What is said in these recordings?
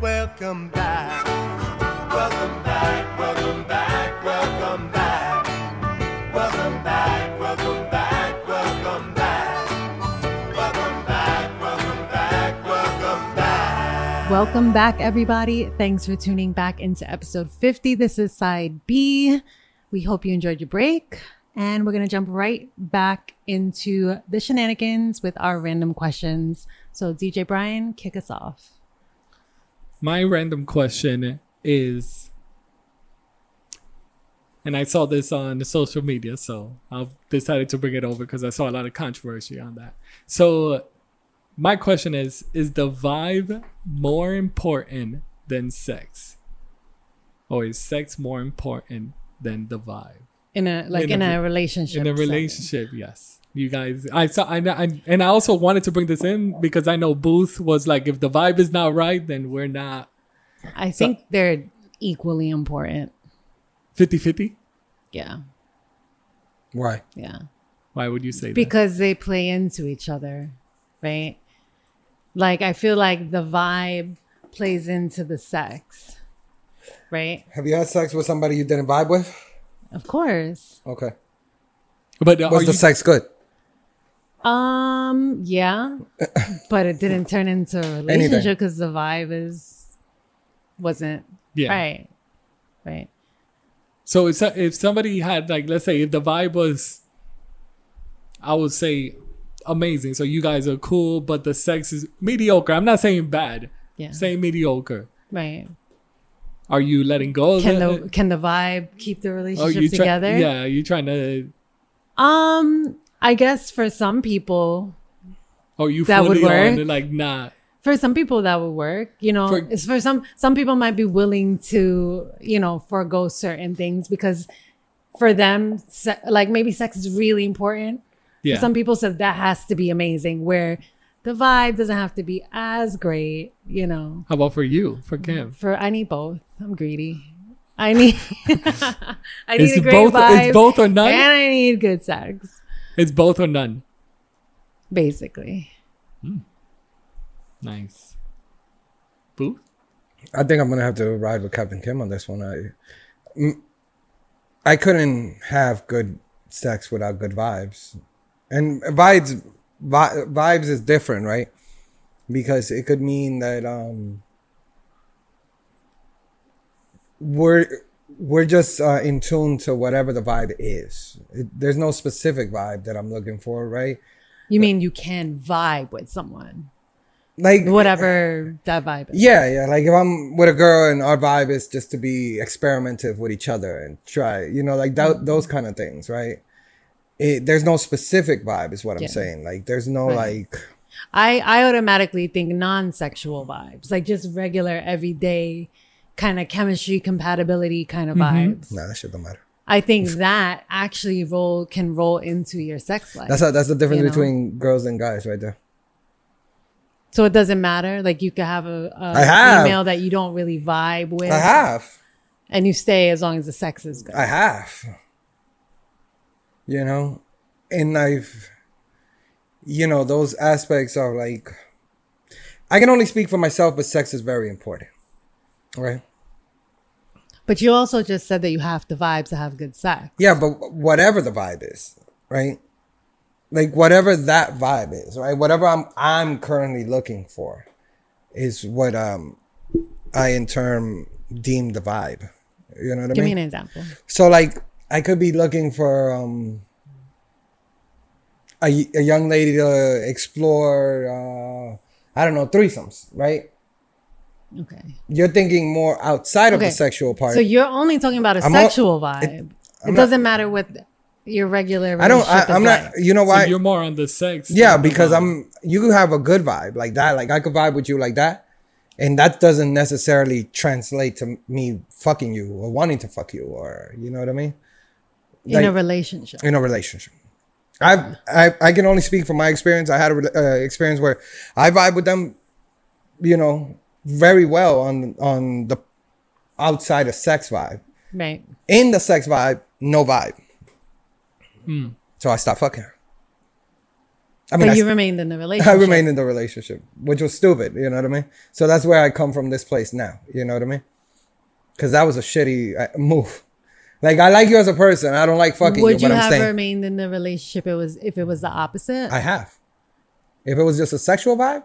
Welcome back. Welcome back. Welcome back. Welcome back. Welcome back. Welcome back. Welcome back. Welcome back. Welcome back. Welcome back. Welcome back, everybody. Thanks for tuning back into episode 50. This is Side B. We hope you enjoyed your break. And we're going to jump right back into the shenanigans with our random questions. So, DJ Brian, kick us off. My random question is, and I saw this on the social media, so I've decided to bring it over because I saw a lot of controversy on that. So, my question is: Is the vibe more important than sex, or is sex more important than the vibe? In a like in, In a a, re- relationship. in a setting. relationship yes you guys i saw I, I and i also wanted to bring this in because i know booth was like if the vibe is not right then we're not I think they're equally important. 50 50 Yeah. Why? Yeah. why would you say that because they play into each other, right? Like I feel like the vibe plays into the sex, right? Have you had sex with somebody you didn't vibe with? Of course. Okay. but are Was you- the sex good? Um, yeah, but it didn't turn into a relationship because the vibe is wasn't yeah right, right? so if, so- if somebody had like let's say if the vibe was i would say amazing so you guys are cool but the sex is mediocre i'm not saying bad Yeah, saying mediocre right. are you letting go of Can that? the can the vibe keep the Are relationship Oh, you try- together? yeah you trying to Um, I guess for some people, are you That would fully on work. like nah for some people that would work you know For- it's for some some people might be willing to you know forego certain things because for them se- like maybe sex is really important For yeah some people said that has to be amazing where the vibe doesn't have to be as great you know How about for you, for Kim? for i need both i'm greedy i need i need It's a great both. vibe It's both or none. and i need good sex It's both or none. basically Nice. Boo. I think I'm gonna have to ride with Captain Kim on this one. I, Mm, I couldn't have good sex without good vibes, and vibes vi- vibes is different, right? Because it could mean that um, we're we're just uh, in tune to whatever the vibe is. It, there's no specific vibe that I'm looking for, right? you mean you can vibe with someone Like whatever that vibe is Yeah, yeah. Like if I'm with a girl and our vibe is just to be experimentative with each other and try, you know, like Mm-hmm. that, those kind of things, right? It, there's no specific vibe, is what I'm Yeah. saying. Like there's no Right. like, I I automatically think non-sexual vibes, like just regular everyday kind of chemistry compatibility kind of Mm-hmm. vibes. nah, that shit don't matter. I think that actually roll can roll into your sex life. That's how, that's the difference You know? between girls and guys, right there. so it doesn't matter. Like you could have a, I a have. female that you don't really vibe with, I have, and you stay as long as the sex is good. I have, you know, and I've, you know, those aspects are like, I can only speak for myself, but sex is very important, right? But you also just said that you have to vibe to have good sex. Yeah, but whatever the vibe is, right? Like whatever that vibe is, right? Whatever I'm I'm currently looking for is what um I in term deem the vibe. You know what Give I me mean? an example. so like I could be looking for um a, a young lady to explore uh I don't know threesomes, right? Okay. You're thinking more outside of Okay. the sexual part. So you're only talking about a I'm all- sexual vibe. It, I'm not- doesn't matter what your regular. I don't I, relationship is I'm like. not you know So why you're more on the sex. Yeah, than the because vibe. I'm you have a good vibe like that. Like I could vibe with you like that. And that doesn't necessarily translate to me fucking you or wanting to fuck you or you know what I mean? in a like- relationship. In a relationship. I've, I I can only speak from my experience. I had a rela- uh, experience where I vibe with them, you know, very well on on the outside of sex vibe. Right. In the sex vibe, no vibe. So I stopped fucking her. I mean, I but you s- remained in the I relationship. remained in the relationship, which was stupid. You know what I mean? So that's where I come from. This place now. You know what I mean? Because that was a shitty uh, move. Like I like you as a person. I don't like fucking Would you, you but I'm have saying remained in the relationship? It was if it was the opposite. I have. If it was just a sexual vibe,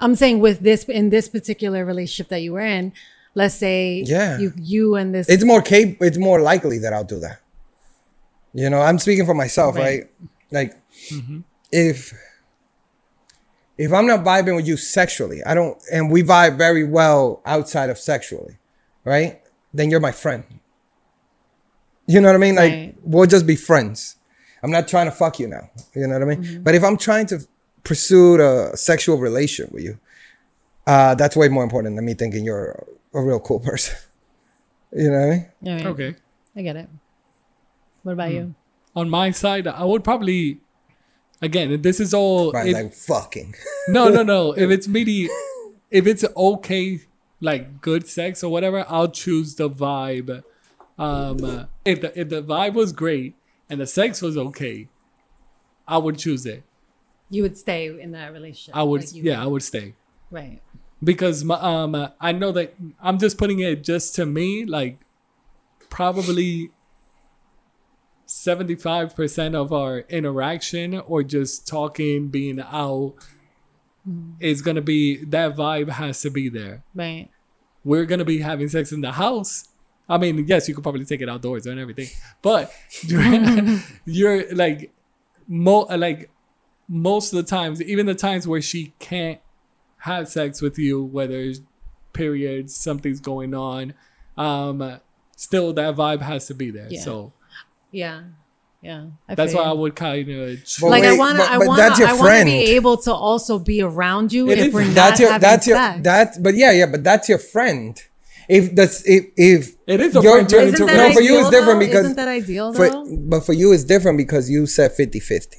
I'm saying with this in this particular relationship that you were in, let's say Yeah. you you and this it's more cap- It's more likely that I'll do that. You know, I'm speaking for myself, right? Right. Like, if if I'm not vibing with you sexually, I don't, and we vibe very well outside of sexually, right? Then you're my friend. You know what I mean? Like, Right. we'll just be friends. I'm not trying to fuck you now. You know what I mean? Mm-hmm. But if I'm trying to pursue a sexual relation with you, uh, that's way more important than me thinking you're a real cool person. You know what I mean? All right, Okay. Hmm. I get it. What about you? On my side, I would probably, again, this is all. Right, if- like fucking. no, no, no. If it's meaty, if it's okay, like good sex or whatever, I'll choose the vibe. Um, uh, if the if the vibe was great and the sex was okay, I would choose it. You would stay in that relationship. I would, like you- yeah, I would stay Right. because my, um, uh, I know that I'm just putting it just to me, like probably. 75% of our interaction or just talking, being out is going to be that vibe has to be there. Right. we're gonna be having sex in the house. I mean, yes, you could probably take it outdoors and everything, but you're, you're, like, mo- like most of the times, even the times where she can't have sex with you, whether it's periods, something's going on, um, still that vibe has to be there. Yeah. So Yeah. Yeah. I that's feel why I you. would kind of choose. But like I wait, want to, but- I but want that's to, your I want to friend. be able to also be around you It if is- we're not that's your having that's your sex. that's but yeah yeah but that's your friend if that's if if It is a your- friend turned Isn't into that a no for you ideal, it's different though? because Isn't that ideal, for- though? but for you it's different because you said 50 50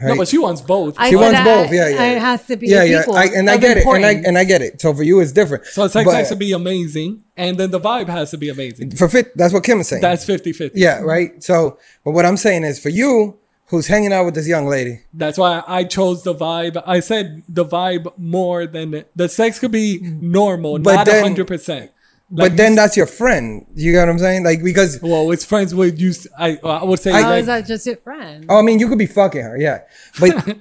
no, but she wants both. I she said wants I- both yeah yeah It has to be yeah it's yeah equal I, and I of get it and I importance. and I get it so for you it's different so sex But has to be amazing, and then the vibe has to be amazing. for fit that's what Kim is saying That's 50 50. yeah right so but what I'm saying is for you who's hanging out with this young lady That's why I chose the vibe. I said the vibe more than the sex could be normal, But not then- hundred percent. but then that's your friend you got what I'm saying like because well, it's friends with you. I I would say How like, Oh, is that just your friend? oh I mean you could be fucking her yeah but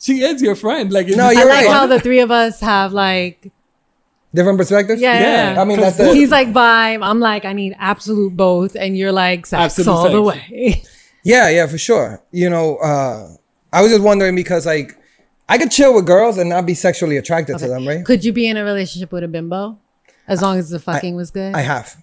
she is your friend. Like if No, you- I you're like right. how the three of us have like different perspectives yeah. Yeah. I mean that's the, He's like vibe. I'm like I need absolute both, and you're like sex Absolute all the sex. way. Yeah, yeah, for sure. You know, uh, I was just wondering because like I could chill with girls and not be sexually attracted to them, right? Could you be in a relationship with a bimbo, as long as the fucking was good? I have.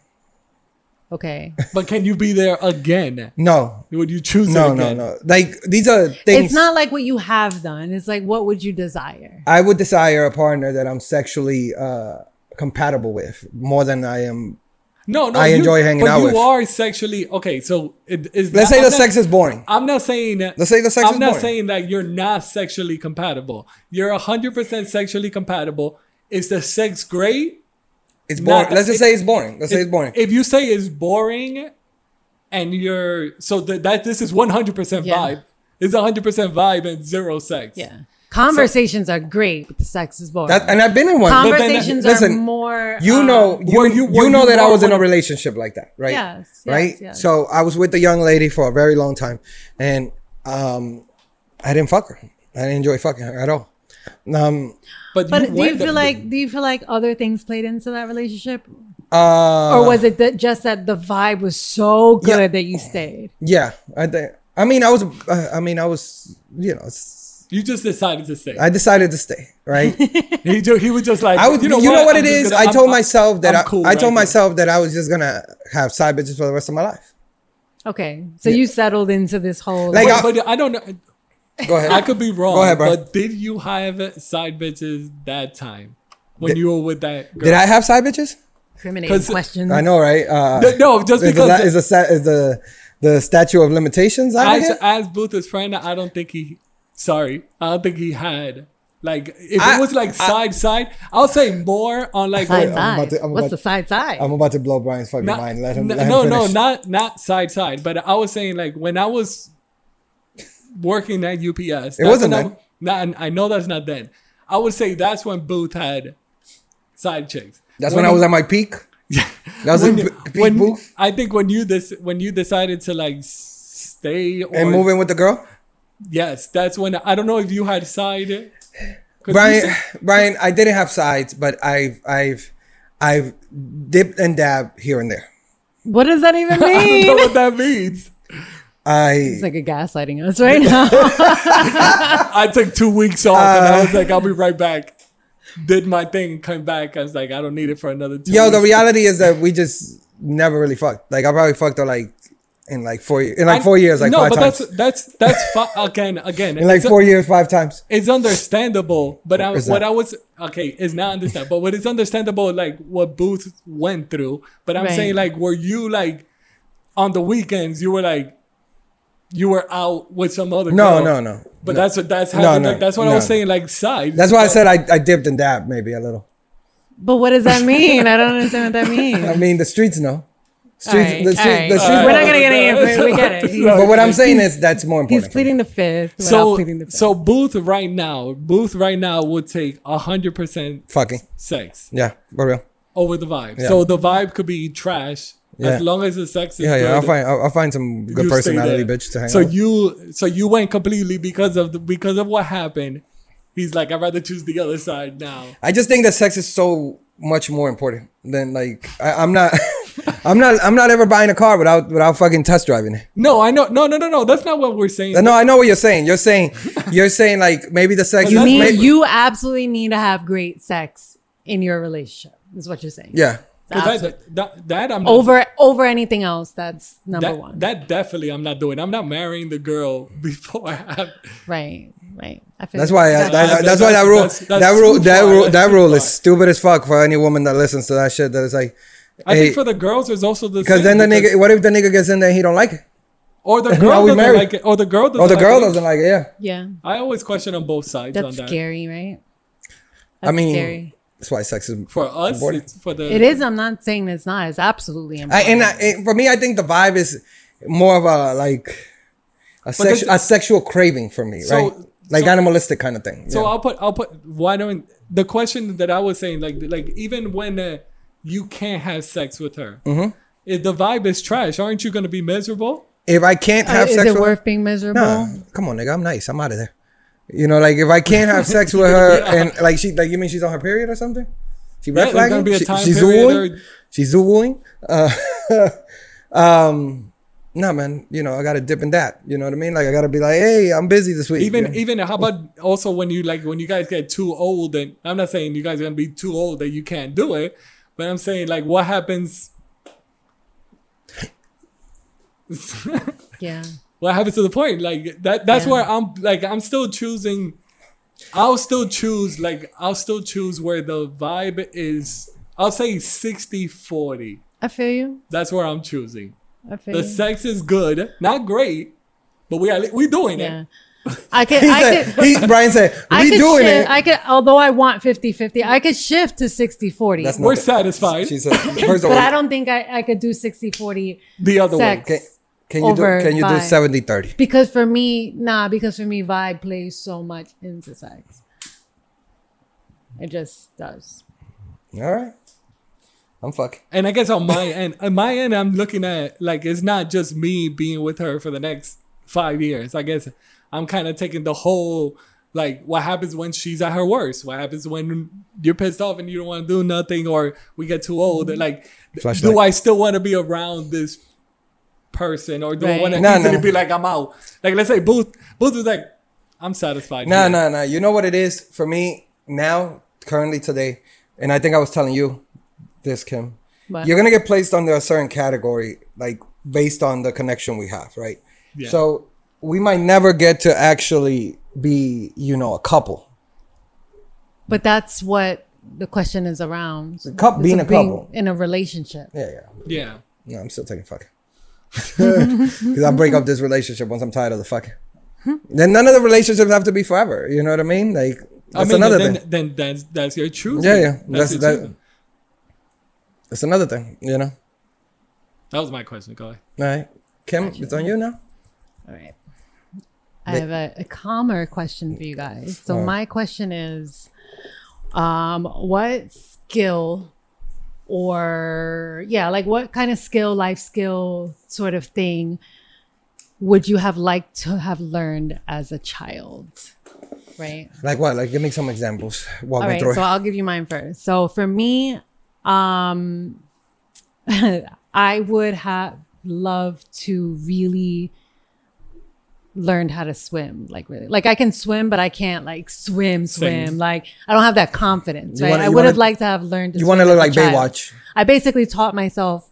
okay, but can you be there again? No. Would you choose? No, her no, again? no. Like these are things it's not like what you have done. It's like what would you desire? I would desire a partner that I'm sexually uh compatible with more than I am no, no. I enjoy hanging but out you with. are sexually okay. So it is. Let's say I'm the not- sex is boring. I'm not saying that. Let's say the sex I'm is not boring. saying that you're not sexually compatible. You're hundred percent sexually compatible. Is the sex great? It's boring. Nah, Let's just it- say it's boring. Let's say if, it's boring. If you say it's boring, and you're so that that this is one hundred percent Yeah. vibe. It's one hundred percent vibe and zero sex. Yeah, conversations are great, but the sex is boring. That, and I've been in one. then- conversations are listen, more. you um, know you, Were you- you, were know you that I more was in a with- relationship like that, right? Yes, yes, right? yes. So I was with a young lady for a very long time and um I didn't fuck her. I didn't enjoy fucking her at all. Um But, But do you went- feel like do you feel like other things played into that relationship, uh or was it that just that the vibe was so good Yeah. that you stayed? yeah, I think I mean I was uh, I mean I was you know s- you just decided to stay? I decided to stay, right? he, ju- he was just like I was you know, what, it is? I told myself that i I told myself. myself that I was just going to have side bitches for the rest of my life. Okay, so you settled into this whole Like, I- but I don't know. Go ahead. I could be wrong. Go ahead, bro. But did you have side bitches that time when you were with that girl? Did I have side bitches? incriminating 'cause questions. I know, right? Uh, No, no, just is because- the, is the, sa- is the the statue of limitations. Out of as, here? as Booth's friend, I don't think he. Sorry, I don't think he had. Like if I- it was like side side, I'll say more on like side I'm side. about to- I'm What's about- the side side? I'm about to blow Brian's fucking not- mind. Let him. n- let him no, no, finish. not not side side. But I was saying like when I was working at UPS. It wasn't not, not- I know that's not then. I would say that's when Booth had side chicks. That's when, I was at my peak. That was in When, p- peak when- booth I think when you this when you decided to like stay or and moving with the girl. yes, that's when I don't know if you had side. 'cause you Brian, said- Brian, I didn't have sides, but I've, I've, I've dipped and dabbed here and there. What does that even I don't know mean? what that means. I It's like a gaslighting us right now. I took two weeks off and I was like, I'll be right back. Did my thing, come back. I was like, I don't need it for another two. Yo, the weeks. reality is that we just never really fucked. Like I probably fucked her like in like four years, in like I- four years, like no, five but times. that's that's that's fu- again again. in like it's, four years, five times. it's understandable, but I, What's what that? I was okay it's not understandable, but it's understandable like what Booth went through. But I'm Right. saying like, were you like on the weekends? You were like, you were out with some other. girl. No, no, no. But No. that's what that's No, happening. no, like, that's what I no. was saying. Like side. That's why I said I, I dipped and dabbed maybe a little. but what does that mean? I don't understand what that means. I mean, the streets know. All Streets, right, the all streets, right. the streets. We're not gonna get any answer. We get it. He's- but what I'm saying is that's more He's important. for me. pleading the fifth. without so pleading the fifth. so Booth right now, Booth right now would take hundred percent Fucking sex yeah, for real. over the vibe. Yeah. So the vibe could be trash Yeah. as long as the sex is Yeah, good. yeah. I'll find I'll, I'll find some good you stay personality there. bitch to hang So out. with. you so you went completely because of the, because of what happened. He's like, I'd rather choose the other side now. I just think that sex is so much more important than like I, I'm not. I'm not. I'm not ever buying a car without without fucking test driving it. No, I know, no, no, no, no. That's not what we're saying. No, I know what you're saying. You're saying you're saying like maybe the sex. you You that's need maybe- you absolutely need to have great sex in your relationship. Is what you're saying. Yeah. 'Cause That's that, that, that I'm not, Over over anything else, that's number that, one. that definitely I'm not doing. I'm not marrying the girl before I have. right, right. I feel That's why. I, that, That's- that's why that that's- rule. that's- that's that rule. too That far. rule. That's That too rule far. is stupid as fuck for any woman that listens to that shit. That is like, I hey, think for the girls, it's also the because same, then the because- nigga. What if the nigga gets in there and he don't like it, or the Are girl we doesn't married? like it, or the girl doesn't. or the like girl it. doesn't like it? Yeah. yeah, I always question on both sides on that's that. scary, right? I That's mean, scary. that's why sex is For us, important. it's for the it is. I'm not saying it's not. It's absolutely I, important. and I, and for me, I think the vibe is more of a like a, sex, that's- a sexual craving for me, So- right? Like so- animalistic kind of thing. So yeah. I'll put I'll put why don't the question that I was saying like like even when uh, you can't have sex with her, Mm-hmm. if the vibe is trash, aren't you gonna be miserable? if I can't Uh, have is sex it with worth being miserable? Nah, come on, nigga. I'm nice. I'm out of there. You know, like if I can't have sex with her and like she like you mean she's on her period or something? She Yeah, red there's flagging? gonna be a She- time she's period Zooing? or- She's zooing? Uh, um, nah, man. You know, I gotta dip in that. You know what I mean? Like I gotta be like, hey, I'm busy this week. Even you know? even how about also when you like when you guys get too old and I'm not saying you guys are gonna be too old that you can't do it, but I'm saying like what happens Yeah. what happens to the point like that that's Yeah. where i'm like i'm still choosing i'll still choose like i'll still choose where the vibe is i'll say 60 40 I feel you. that's where i'm choosing I feel the you. sex is good not great but we are we doing Yeah. it I could. he I said, could. he, Brian said, I we could doing shift, it. I could, although I want 50 50, I could shift to 60 40. That's we're not- satisfied She said, first of But I all, don't think I, I could do 60 40 the other sex. way can, can you do over can you do five. 70 30? Because for me, nah, because for me, vibe plays so much into sex. It just does. All right. I'm fucking. and i guess on my end on my end i'm looking at like it's not just me being with her for the next five years i guess i'm kind of taking the whole like what happens when she's at her worst what happens when you're pissed off and you don't want to do nothing or we get too old Mm-hmm. like Flashlight. do i still want to be around this person or do i Right. want to No, easily no. be like i'm out like let's say booth booth was like i'm satisfied No, here." no, no. You know what it is for me now, currently today, and I think I was telling you this, Kim. What? You're gonna get placed under a certain category, like based on the connection we have, right? Yeah. So we might never get to actually be, you know, a couple. But that's what the question is around. coup- being a couple. In a relationship. Yeah, yeah. yeah No, I'm still taking fucking. Because I break up this relationship once I'm tired of the fucking. Then none of the relationships have to be forever. You know what I mean? Like that's I mean, another then, thing. then that's that's your truth Yeah, yeah. that's, That's your that. choosing. That's another thing. You know. that was my question go ahead All right. Kim, it's on you now. All right. I have a, a calmer question for you guys. So Oh. my question is, um, what skill or yeah, like what kind of skill, life skill sort of thing would you have liked to have learned as a child? Right. Like what? Like give me some examples. Walk All me right, through so it. I'll give you mine first. So for me, um, I would have loved to really learn how to swim. Like really, like I can swim, but I can't like swim, swim. Same. Like I don't have that confidence. You Right? wanna- I you would have wanna- liked to have learned. To You want want to look like Baywatch. I basically taught myself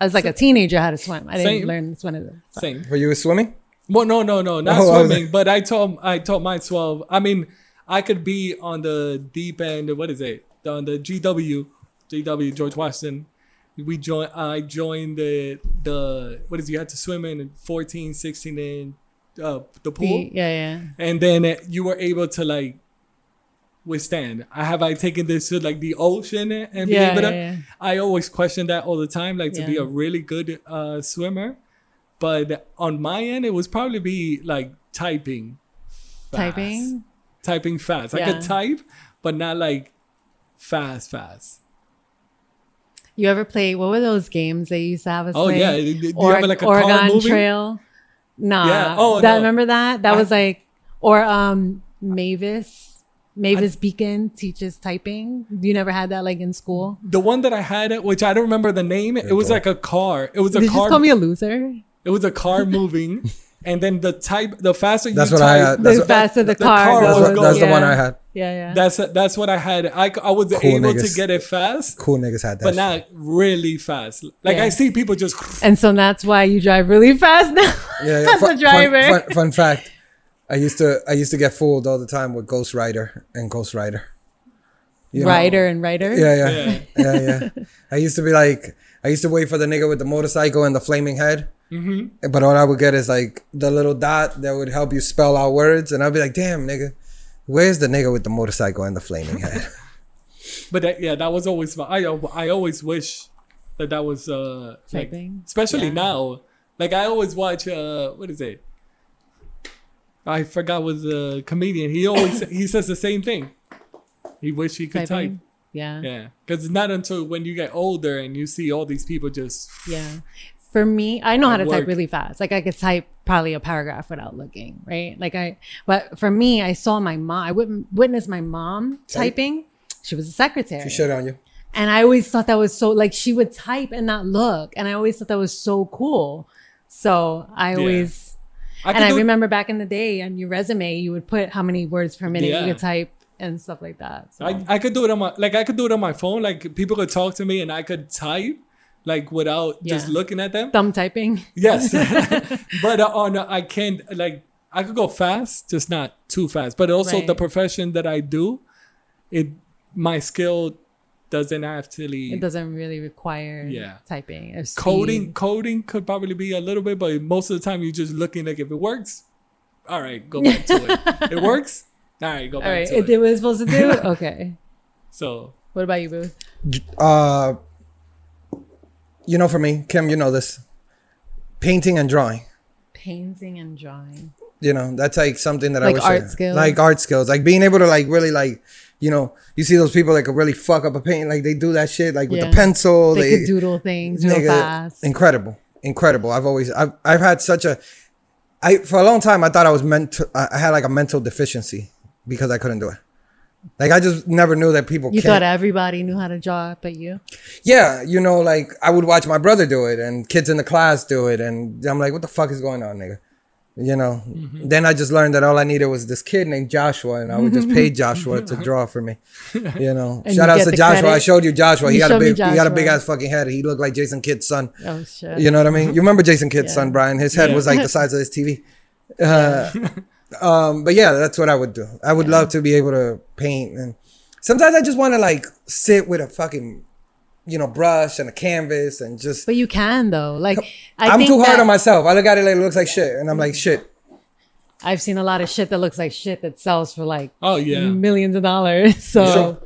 as like a teenager how to swim. I didn't Same. learn swim. As a, Same. Were you swimming? Well, no, no, no, not Oh, I was- swimming. But I told I told my twelve. I mean, I could be on the deep end. What is it? On the GW, GW George Washington. We join. I joined the the what is it? you had to swim in 14, 16 in uh, the pool, yeah, yeah. and then uh, you were able to like withstand. I have I taken this to like the ocean and be Yeah, able to. yeah, yeah. I always question that all the time, like to be Yeah. a really good uh, swimmer. But on my end, it was probably be like typing, fast. Typing? typing fast. I could Yeah. type, but not like fast, fast. You ever play? What were those games they used to have us Oh, play? yeah. Do you have, like, a car Oregon movie? Trail. Nah. Yeah. Oh, that no. remember that? That I- was like or um Mavis. Mavis Beacon teaches typing. You never had that like in school. The one that I had, which I don't remember the name, it was boy. like a car. It was a Did you just car. call me a loser? it was a car moving, and then the type, the faster That's you what I type, had. That's The what- faster the, the car. car That's, was goes. what, that's the one Oh, Yeah. I had. Yeah, yeah. That's that's what I had. I, c- I was able to niggas. get it fast, Cool niggas had that. but shit. not really fast. Like Yeah. I see people just and so that's why you drive really fast now Yeah, yeah. as Fun- a driver. Fun, fun, fun fact: I used to I used to get fooled all the time with Ghost Rider and Ghost Rider. You know? Rider and rider. Yeah, yeah, yeah, yeah. I used to be like, I used to wait for the nigga with the motorcycle and the flaming head. Mm-hmm. But all I would get is like the little dot that would help you spell out words, and I'd be like, "Damn, nigga, where's the nigga with the motorcycle and the flaming head?" But that, yeah, that was always my. I al- I always wish that that was uh like, Typing? especially Yeah. now. Like I always watch uh what is it? I forgot was a comedian. He always he says the same thing. He wish he could Typing. type. Yeah. Yeah, because it's not until when you get older and you see all these people just Yeah. For me, I know how At to work. type really fast. Like I could type probably a paragraph without looking, right? Like I, but for me, I saw my mom. I wit- witnessed my mom Type. typing. She was a secretary, she shit on you. and I always thought that was so like she would type and not look, and I always thought that was so cool. So I always I and could I do- remember back in the day on your resume, you would put how many words per minute Yeah. you could type and stuff like that. So, I, I could do it on my like I could do it on my phone. Like people could talk to me and I could type like without just Yeah. looking at them. thumb typing. Yes, but uh, on uh, I can like I could go fast, just not too fast. But also the Right. profession that I do, it my skill doesn't actually It doesn't really require Yeah. typing. or speed. coding. Coding could probably be a little bit, but most of the time you're just looking like if it works, all right, go back to it. It works, all right, go back All right, to it it. did what it's supposed to do. Okay. So What about you, Booth? Uh, you know, for me, Kim, you know this, painting and drawing. Painting and drawing. you know that's like something that Like i wish art I, skills. like art skills like being able to like really like you know you see those people that could really fuck up a painting like they do that shit like with Yeah. the pencil They, they, could doodle things real nigga, fast. incredible incredible i've always I've, I've had such a i for a long time i thought i was meant to i I had like a mental deficiency because i couldn't do it like i just never knew that people You can't- thought everybody knew how to draw, but you. yeah, you know, like I would watch my brother do it and kids in the class do it, and I'm like, what the fuck is going on, nigga? You know. Then I just learned that all I needed was this kid named Joshua, and I would just pay Joshua to draw for me. You know, And shout you out get to the Joshua. I credit. showed you Joshua. He You got a showed me big, he got Joshua. a big ass fucking head. He looked like Jason Kidd's son. Oh shit. You know what I mean? You remember Jason Kidd's son, Brian? His head was like the size of this TV. Uh, um, but yeah, that's what I would do. I would love to be able to paint, and sometimes I just want to like sit with a fucking, you know, brush and a canvas and just. But you can though. Like I I am think too hard that on myself. I look at it like it looks like shit, and I'm like shit. I've seen a lot of shit that looks like shit that sells for like oh yeah, millions of dollars. So Sure,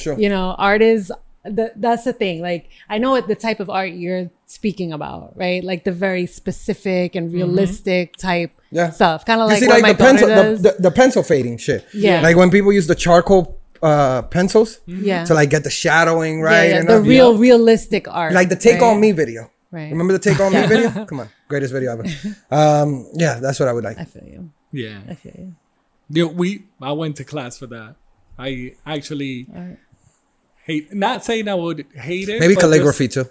sure. you know, art is th- that's the thing. Like I know what the type of art you're speaking about, right? Like the very specific and realistic type Yeah. stuff. Kind of you like see, what like my the daughter pencil, does. the, the, the pencil fading shit. Yeah. Like when people use the charcoal uh, pencils yeah. to like get the shadowing Yeah, right. yeah, and the all- real realistic art. like the take right? on me video. Right. Remember the take on me video? Come on, greatest video ever. Um, yeah, that's what I would like. I feel you. Yeah. I feel you. Yeah, we I went to class for that. I actually Alright. hate not saying I would hate it. Maybe but calligraphy too.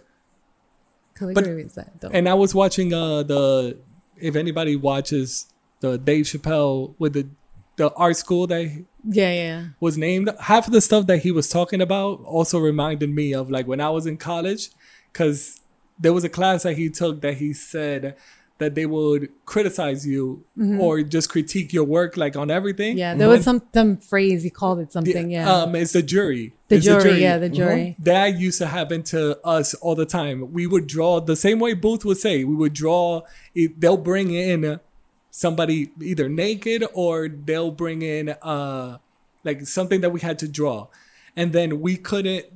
Calligraphy is that dope. just- and I was watching uh the if anybody watches the Dave Chappelle with the the art school that he yeah, yeah. was named, half of the stuff that he was talking about also reminded me of like when I was in college, because there was a class that he took that he said that they would criticize you or just critique your work like on everything. Mm-hmm. Mm-hmm. Yeah, there was some, some phrase he called it Yeah, something. Yeah. Um, it's the jury. Mm-hmm. the It's jury, yeah, the jury. that used to happen to us all the time. We would draw the same way Booth would say. We would draw. it- They'll bring in somebody either naked or they'll bring in uh like something that we had to draw, and then we couldn't.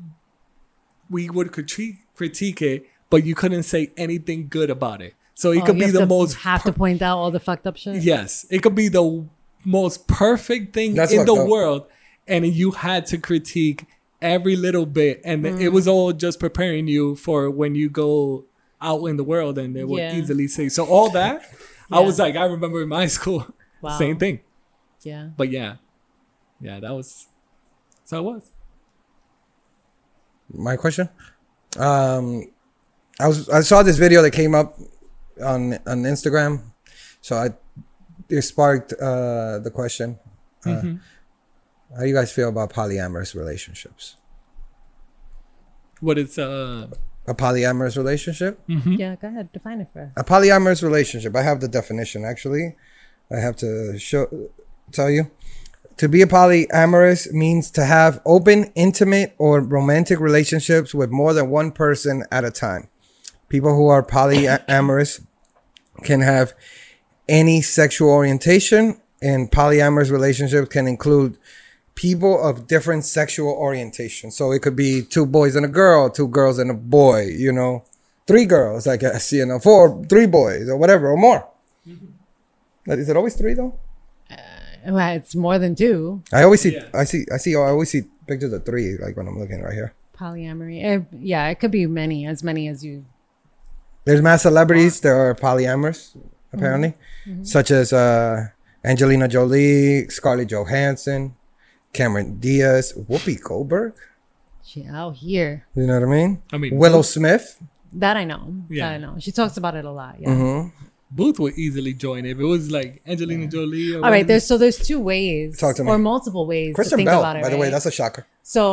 We would critique critique it, but you couldn't say anything good about it. So it Oh, could you be have the to most have to point out all the fucked up shit. Yes, it could be the most perfect thing That's in the fucked up. world, and you had to critique every little bit, and it was all just preparing you for when you go out in the world, and they would Yeah. easily say so. All that, I was Yeah. like, I remember in my school, Wow. same thing. Yeah. But yeah, yeah, that was so it was. My question. Um, I was I saw this video that came up on on Instagram, so I it sparked uh, the question. Uh, Mm-hmm. How do you guys feel about polyamorous relationships? What it's uh A polyamorous relationship? Mm-hmm. Yeah, go ahead. Define it for us. a polyamorous relationship i have the definition actually i have to show tell you to be a polyamorous means to have open intimate or romantic relationships with more than one person at a time people who are polyamorous can have any sexual orientation and polyamorous relationships can include people of different sexual orientation so it could be two boys and a girl two girls and a boy you know three girls i guess you know four three boys or whatever or more But is it always three though Well, it's more than two. i always see Yeah. i see i see oh, i always see pictures of three like when i'm looking right here Polyamory. Eh, yeah, it could be many, as many as you. There's mass celebrities that are polyamorous, Mm-hmm. apparently, such as uh, Angelina Jolie, Scarlett Johansson, Cameron Diaz, Whoopi Goldberg. She out here. You know what I mean? I mean- Willow Smith. That I know. Yeah. That I know. She talks about it a lot. Yeah. Mm-hmm. Booth would easily join if it was like Angelina Jolie. Or All one right. of the- There's so there's two ways Talk to me. or multiple ways to Kristen think Bell, about it. by the way, right? that's a shocker. so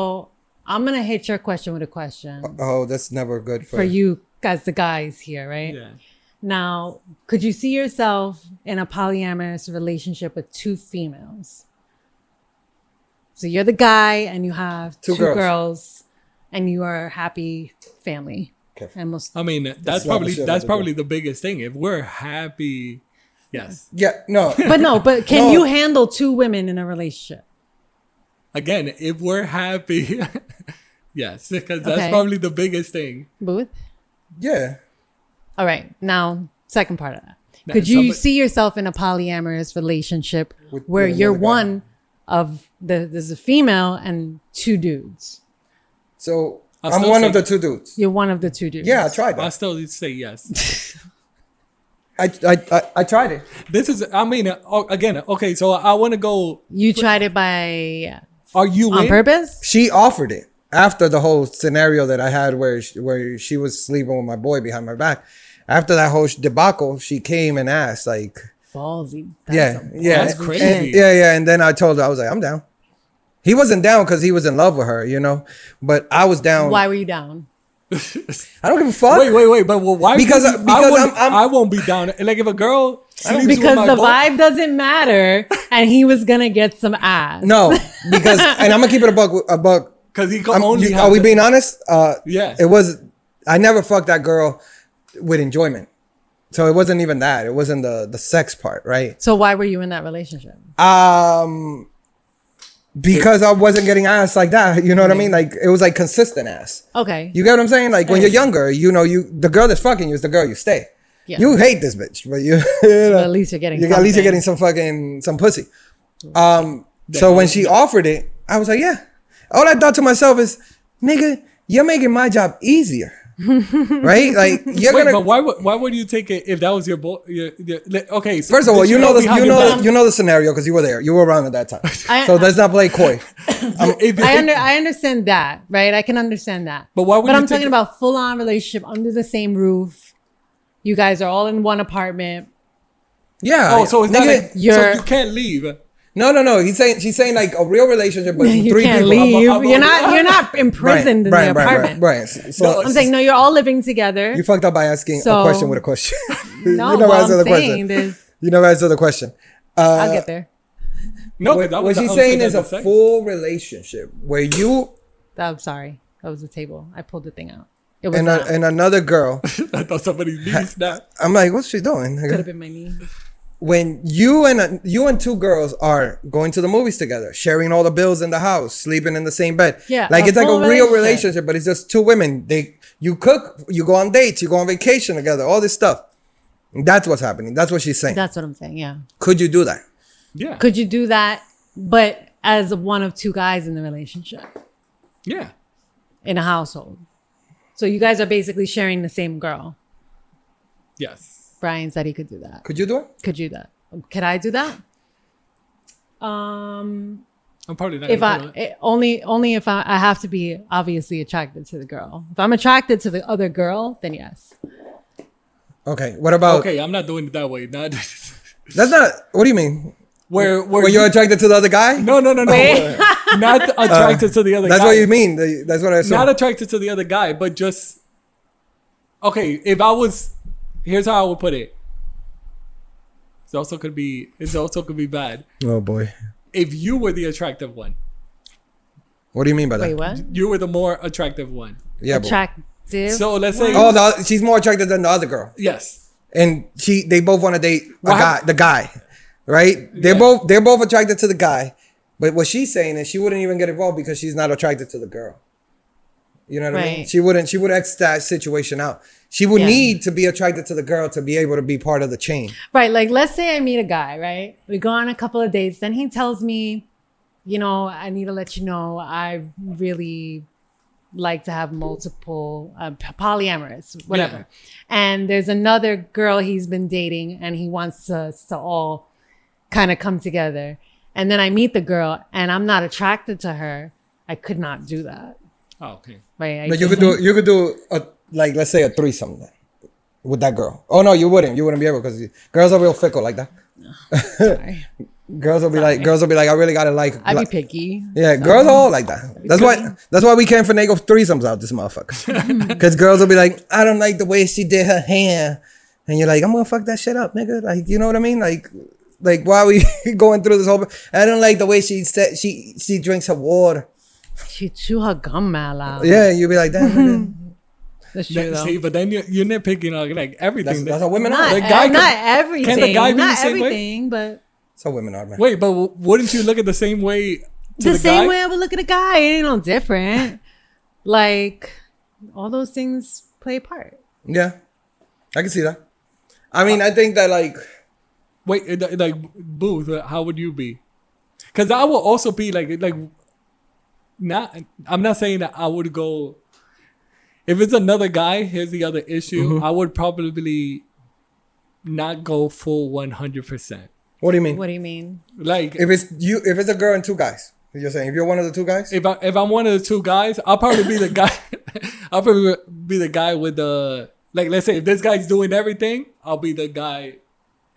I'm gonna hit your question with a question Oh, that's never good for, for you guys, the guys here, right? yeah. Now, could you see yourself in a polyamorous relationship with two females? So you're the guy and you have Two two, girls. girls. and you are a happy family. Okay. And most I mean, that's a lot of probably shit that's I do. probably the biggest thing. If we're happy, yes. Yeah, no. But no, but can No. you handle two women in a relationship? Again, if we're happy, yes, because that's Okay. probably the biggest thing. Booth? yeah. All right. Now, second part of that. Now, Could you somebody- see yourself in a polyamorous relationship With- where with you're another guy. one of the there's a female and two dudes? So I'm I'm, still one of the single. two dudes. You're one of the two dudes. Yeah, I tried I that. still say yes. I, I, I, I tried it. this is, I mean, uh, oh, again, okay. So I want to go. You tried it by Are you on in? purpose? She offered it after the whole scenario that I had where she, where she was sleeping with my boy behind my back. After that whole sh- debacle, she came and asked, like, Ballsy. yeah, yeah, that's and- crazy. and- yeah, yeah. And then I told her, I was like, I'm down. He wasn't down because he was in love with her, you know. But I was down. Why were you down? I don't give a fuck. Wait, wait, wait. But well, why? Because- would you- I because won't, I'm- I'm- I won't be down. Like if a girl sleeps with Because my the boy- vibe doesn't matter, and he was gonna get some ass. No, because and I'm gonna keep it a buck. A buck. Cause he can I'm- only you- have are we the- being honest? Uh, Yeah. It was. I never fucked that girl with enjoyment. So it wasn't even that. It wasn't the the sex part, right? So why were you in that relationship? Um, because I wasn't getting ass like that. You know what I mean? Like it was like consistent ass. Okay. You get what I'm saying? Like when you're younger, you know, you the girl that's fucking you is the girl you stay. Yeah. You hate this bitch, but you, you know, at least you're getting you- at something. least you're getting some fucking some pussy. Um, so when she offered it, I was like, yeah. All I thought to myself is, nigga, you're making my job easier, right? Like you're Wait, gonna. but why would why would you take it if that was your boy? Your, your, li- okay, so First of all, did you know this. behind You your know back? you know the scenario because you were there. You were around at that time. I- so let's not play coy. If you I think- under I understand that, right? I can understand that. But why would But you I'm take talking it- about full on relationship under the same roof. You guys are all in one apartment. Yeah. Oh, so it's not. Nigga, Like, you're- so you can't leave. No, no, no. He's saying she's saying like a real relationship, but You three can't people. leave. I'm- I'm- you're not you're not imprisoned in the right, apartment. Right, right. So I'm saying no, you're all living together. you fucked up by asking So- a question with a question. no, you well, never I'm answered the saying question. there's You never answered the question. Uh, I'll get there. No, 'cause What, that what was the- she's I was saying thinking is a of the sex. full relationship where you Oh, I'm sorry. That was the table. I pulled the thing out. It was and not. a, and another girl. I thought somebody's knees snapped. I'm like, what's she doing? Could have been my knee. when you and a, you and two girls are going to the movies together, sharing all the bills in the house, sleeping in the same bed. Yeah, like a it's like a full real relationship. relationship, but it's just two women. They you cook, you go on dates, you go on vacation together, all this stuff. That's what's happening. That's what she's saying. That's what I'm saying. Yeah. Could you do that? Yeah, Could you do that, but as one of two guys in the relationship yeah. in a household? So you guys are basically sharing the same girl. Yes. Brian said he could do that. Could you do it? Could you do that? Could I do that? Um, I'm probably not. if gonna I put it. it, only only if I, I have to be obviously attracted to the girl. If I'm attracted to the other girl, then yes. Okay. What about? okay, I'm not doing it that way. Not That's not. What do you mean? where where Were you you- attracted to the other guy? No, no, no, no. not attracted to the other. That's guy. what you mean. The- That's what I assume. Not attracted to the other guy, but just okay. If I was, here's how I would put it. It also could be. It also could be bad. oh boy. If you were the attractive one, What do you mean by that? Wait, what? you were the more attractive one. Yeah. But, Attractive. So let's say oh, the, she's more attracted than the other girl. yes. and she they both want to date a Why- guy, the guy, right? They're Yeah. both they're both attracted to the guy, but what she's saying is she wouldn't even get involved because she's not attracted to the girl. You know what I mean? Right. She wouldn't. She would X that situation out. She would Yeah. need to be attracted to the girl to be able to be part of the chain. Right. Like, let's say I meet a guy, right? We go on a couple of dates. Then he tells me, you know, I need to let you know I really like to have multiple, uh, p- polyamorous, whatever. And there's another girl he's been dating and he wants us to all kind of come together. And then I meet the girl and I'm not attracted to her. I could not do that. Oh, okay. Right. I But you just- could do you could do a, like let's say a threesome then with that girl. Oh no, you wouldn't. You wouldn't be able because girls are real fickle like that. girls will be like girls will be like I really gotta like. I'd be like- picky. Yeah, girls are all like that. That's why. That's why we can't finagle threesomes out this motherfucker. Because girls will be like, I don't like the way she did her hair, and you're like, I'm gonna fuck that shit up, nigga. Like, you know what I mean? Like, like why are we going through this whole? I don't like the way she said she she drinks her water. She chew her gum out. Yeah, you'll be like, damn. nigga. That's true. Then- though. see, but then you're, you're nitpicking like, like That's everything. that's how women not, are. The guy uh, could- not everything. guy be not the same way? everything, but That's how women are, man. Wait, but w- wouldn't you look at the same way? To the, the, same guy? way I would look at a guy. It ain't no different. like all those things play a part. Yeah, I can see that. I mean, I think that like Wait, uh, like Booth, uh, how would you be? Because I will also be like like not. I'm not saying that I would go. If it's another guy, here's the other issue. I would probably not go full 100. percent what do you mean? What do you mean? Like if it's you, if it's a girl and two guys, you're saying if you're one of the two guys, if I if I'm one of the two guys, I'll probably be the guy. I'll probably be the guy with the like. Let's say if this guy's doing everything, I'll be the guy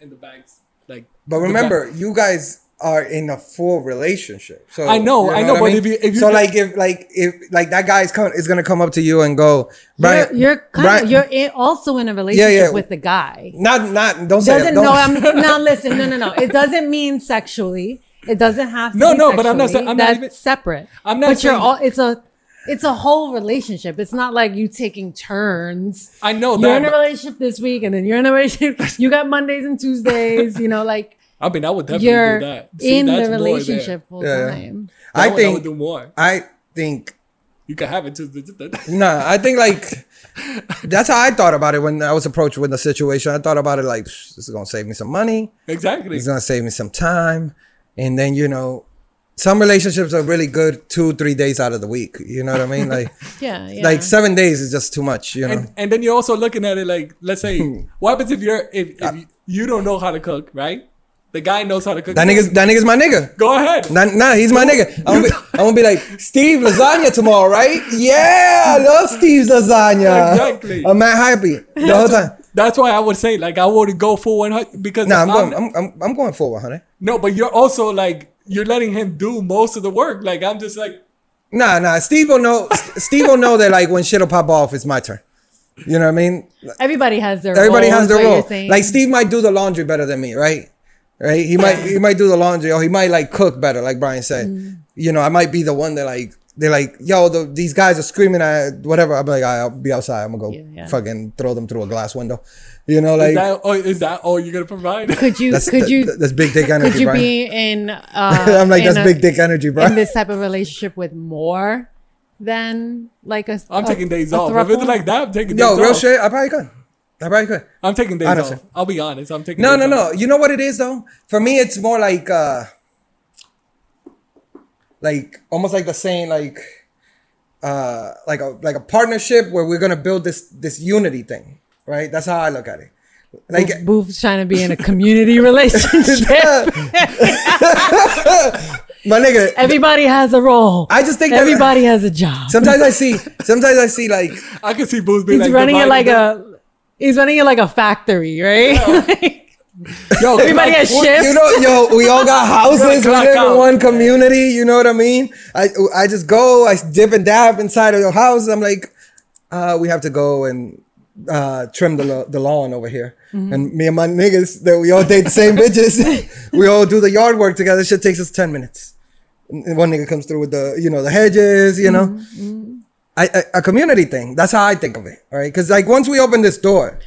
in the back. Like, But the remember, back. you guys are in a full relationship. So I know, I know, what but if you- if you so just- like if like if like that guy's coming is gonna come up to you and go, You're, Brian, you're kind Brian- of you're in, also in a relationship yeah. with the guy. not not don't say Doesn't it. no. Don't, I'm now. Listen, no, no, no. It doesn't mean sexually. It doesn't have to. No, be no, but I'm not sexually. sa- I'm not That's even- separate. I'm not But you're saying- all. It's a. It's a whole relationship. It's not like you taking turns. I know you're that. in a but- relationship this week and then you're in a relationship you got mondays and tuesdays you know like I mean, I would definitely You're do that. See, in that's the more there. relationship full Yeah. time. That one I I would think do more. I think You can have it too. No, I think like that's how I thought about it when I was approached with the situation. I thought about it like "Psh, this is gonna save me some money, exactly. it's gonna save me some time, and then you know, some relationships are really good two three days out of the week. You know what I mean? Like Yeah, yeah. like seven days is just too much. You know? and, and then you're also looking at it like, let's say, what happens if you're if, if you, you don't know how to cook, right? The guy knows how to cook. that nigga's that nigga's my nigga. Go ahead. Nah, nah, he's my nigga. I'm gonna, be, I'm gonna be like Steve lasagna tomorrow, right? Yeah, I love Steve's lasagna. Exactly. I'm mad happy the whole time. That's why I would say like I would go for one hundred because No, if I'm going. I'm- I'm, I'm, I'm going forward, honey. no, but you're also like you're letting him do most of the work. Like I'm just like Nah, nah. Steve will know. Steve will know that like when shit'll pop off, it's my turn. You know what I mean? Everybody has their Everybody role, has is their what you're role. saying. Like Steve might do the laundry better than me, right? Right? He might he might do the laundry, or he might like cook better, like Brian said. Mm. You know, I might be the one that like they're like, yo, the, these guys are screaming at whatever. I'm like, "All right, I'll be outside. I'm gonna go Yeah, yeah. fucking throw them through a glass window. You know, like is that oh, is that all you're gonna provide? could you that's could that- you that's big dick energy, could you Brian. be in uh I'm like, in that's a- big dick energy, bro. in this type of relationship with more than like a I'm a- taking days a off. If it's thruple? like that, I'm taking days Yo, real off. shit. I probably could. I probably could. I'm taking days Honestly. off. I'll be honest. I'm taking No, days no, off. no. You know what it is though? For me, it's more like uh like almost like the saying like uh like a like a partnership where we're gonna build this this unity thing, right? That's how I look at it. Like Boof's trying to be in a community relationship. my nigga, Everybody has a role. I just think that- everybody has a job. sometimes I see sometimes I see like I can see Booze being he's like running it dividing like the- a he's running it like a factory, right? Like, yo. everybody has shifts. you know, yo, we all got houses. We Clock live out. in one community. You know what I mean? I I just go, I dip and dab inside of your house. I'm like, uh, we have to go and uh, trim the lo- the lawn over here. Mm-hmm. And me and my niggas that we all date the same bitches. we all do the yard work together. Shit takes us ten minutes. And one nigga comes through with the you know the hedges. You know. Mm-hmm. I, I, a community thing. That's how I think of it, right? Because like once we open this door,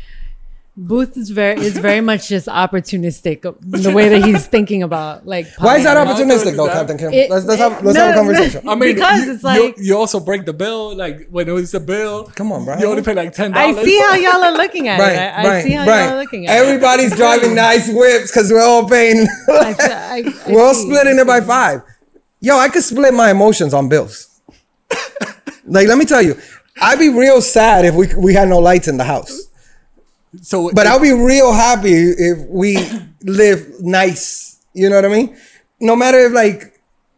Booth is very is very much just opportunistic uh, the way that he's thinking about like why is that polyamorous. opportunistic though, It- Captain Kim? it- let's let's have let's no, have a no. conversation. I mean, Because you, it's like- you, you also break the bill. Like when it was the bill, Come on, bro. you only pay like ten I dollars. see how y'all are looking at Brian, it. I, I Brian, see how Brian. y'all are looking at it. Everybody's driving nice whips because we're all paying. I see- I- I we're all see. splitting it by five. Yo, I could split my emotions on bills. like, let me tell you, I'd be real sad if we we had no lights in the house, So, but I'll be real happy if we live nice. You know what I mean? No matter if like,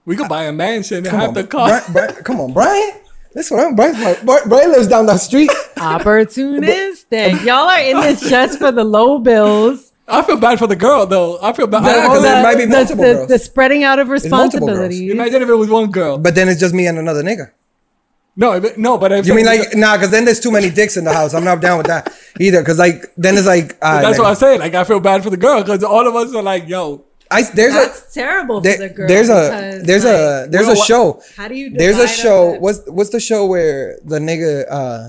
we could buy a mansion and have come the on, car. Brian, Brian- come on, Brian. That's what I'm. Brian, Brian Brian lives down the street. Opportunistic. y'all are in this just for the low bills. I feel bad for the girl though. I feel bad. I Nah, don't 'cause know. it might be the, multiple the, girls. the spreading out of multiple girls. responsibilities. Imagine if it was one girl. But then it's just me and another nigga. No, if, no, but if You mean like nah? Because then there's too many dicks in the house. I'm not down with that either. Because like then it's like all right, that's what nigga. I'm saying. Like I feel bad for the girl because all of us are like, yo, I there's a That's terrible there- for the girl. there's a because, there's a like, there's we a don't wa- show. How do you There's a divide up show. the- What's what's the show where the nigga uh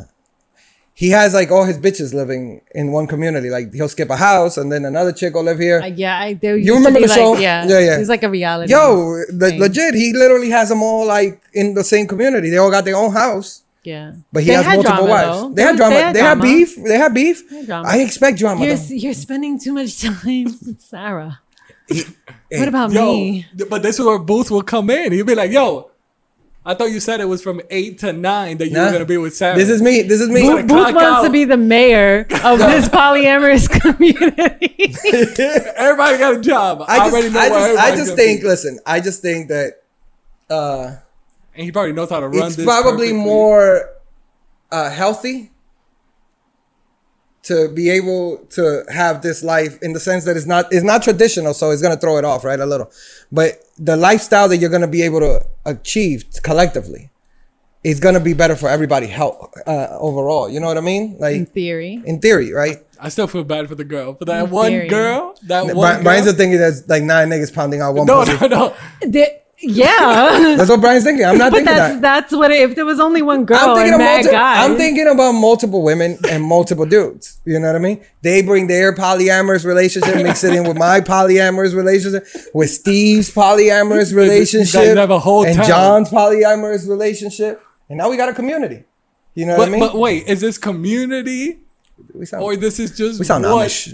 he has like all his bitches living in one community. Like he'll skip a house and then another chick will live here. I- yeah, I, there used you to remember be the like, show? Yeah, yeah, yeah. It's like a reality. Yo, le- thing. legit. He literally has them all like in the same community. They all got their own house. yeah. But he They has had multiple drama, wives. though. They had drama. They had, beef. They had beef. had drama. I expect drama. You're though. you're spending too much time with Sarah. what about yo. me? th- But this is where Booth will come in. He'll be like, yo, I thought you said it was from eight to nine that you Nah. were gonna be with Sarah. This is me. This is me. Boop, Booth Clock wants to out. be the mayor of this polyamorous community. everybody got a job. I, I just, already know I where just, I everybody's just gonna be. think. Listen, I just think that uh, and he probably knows how to run it's this. probably perfectly. more uh, healthy to be able to have this life in the sense that it's not, it's not traditional, so it's gonna throw it off, right, a little. But the lifestyle that you're gonna be able to achieve collectively is gonna be better for everybody, help uh, overall. You know what I mean? In Like theory, in theory, right? I still feel bad for the girl, for that one Very. girl, that one. Brian, Brian's girl. the thinking that's like nine niggas pounding out one. no, no, pussy. no. There- Yeah. That's what Brian's thinking. I'm not But thinking that's that. that's what it, if there was only one girl I'm and thinking, of mad multi- guys. I'm thinking about multiple women and multiple dudes. You know what I mean? They bring their polyamorous relationship, mix it in with my polyamorous relationship, with Steve's polyamorous relationship, You have a whole and town. John's polyamorous relationship, and now we got a community. You know what But, I mean? but wait, is this community we sound, or this is just we sound what? Amish.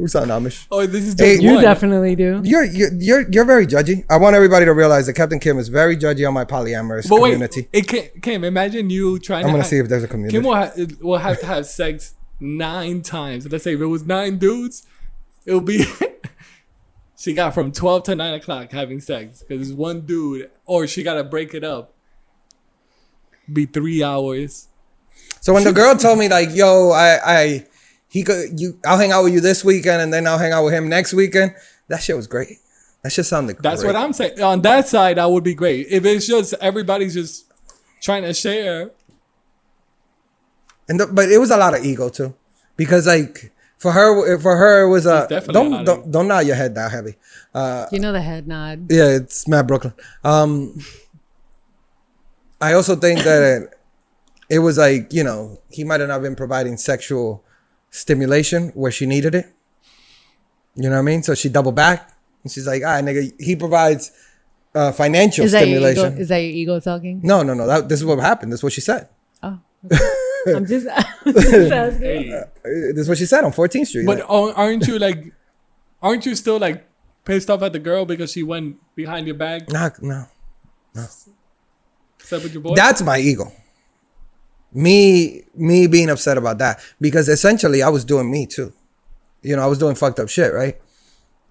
we sound Amish. Or this is just Hey, you what? definitely do. You're, you're you're you're very judgy. I want everybody to realize that Captain Kim is very judgy on my polyamorous But community. wait, it can, Kim, imagine you trying. I'm to gonna ha- see if there's a community. Kim will, ha- will have to have sex nine times. Let's say if it was nine dudes, it'll be. she got from twelve to nine o'clock having sex because it's one dude, or she got to break it up. Be three hours. So when the girl told me like, "Yo, I, I, he could, you, I'll hang out with you this weekend, and then I'll hang out with him next weekend," that shit was great. That shit sounded. That's great. what I'm saying. On that side, I would be great. If it's just everybody's just trying to share, And the, but it was a lot of ego too, because like for her, for her it was a definitely a lot don't of don't, don't nod your head that heavy. Uh, You know the head nod. yeah, it's Matt Brooklyn. Um, I also think that it, it was like you know he might have not been providing sexual stimulation where she needed it. You know what I mean? So she doubled back and she's like, "All right, nigga, he provides uh, financial Is that your ego? stimulation." Is that your ego talking? no, no, no. That, this is what happened. This is what she said. Oh, I'm just, I'm just asking. hey, Uh, This is what she said on 14th Street. but Like, a- aren't you like, aren't you still like pissed off at the girl because she went behind your back, nah, no. slept with your boy? That's my ego. Me, me being upset about that because essentially I was doing me too. You know, I was doing fucked up shit, right?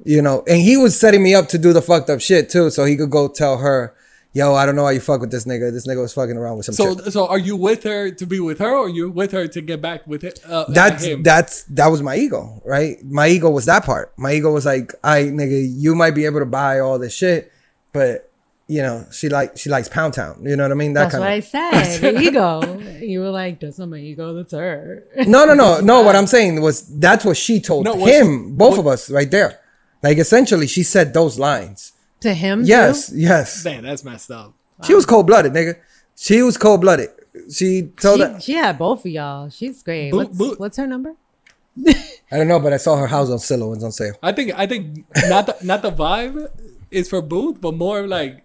You know, and he was setting me up to do the fucked up shit too, so he could go tell her, "Yo, I don't know why you fuck with this nigga. This nigga was fucking around with some So, chick." so are you with her to be with her, or you with her to get back with it? Uh, That's at him? that's that was my ego, right? My ego was that part. My ego was like, "I nigga, you might be able to buy all this shit, but you know, she like she likes Pound Town. You know what I mean? That That's what I said. the ego. You were like, that's not my ego. That's her. No, no, no, no. What I'm saying was that's what she told No, what him, she- both what- of us, right there. Like essentially, she said those lines. to him. too? Yes, yes. Man, that's messed up. She was cold blooded, nigga. She was cold blooded. She told She, her. she had both of y'all. She's great. Boot, what's, boot. what's her number? I don't know, but I saw her house on Silo and it's on sale. I think I think not the, not the vibe is for Booth, but more of like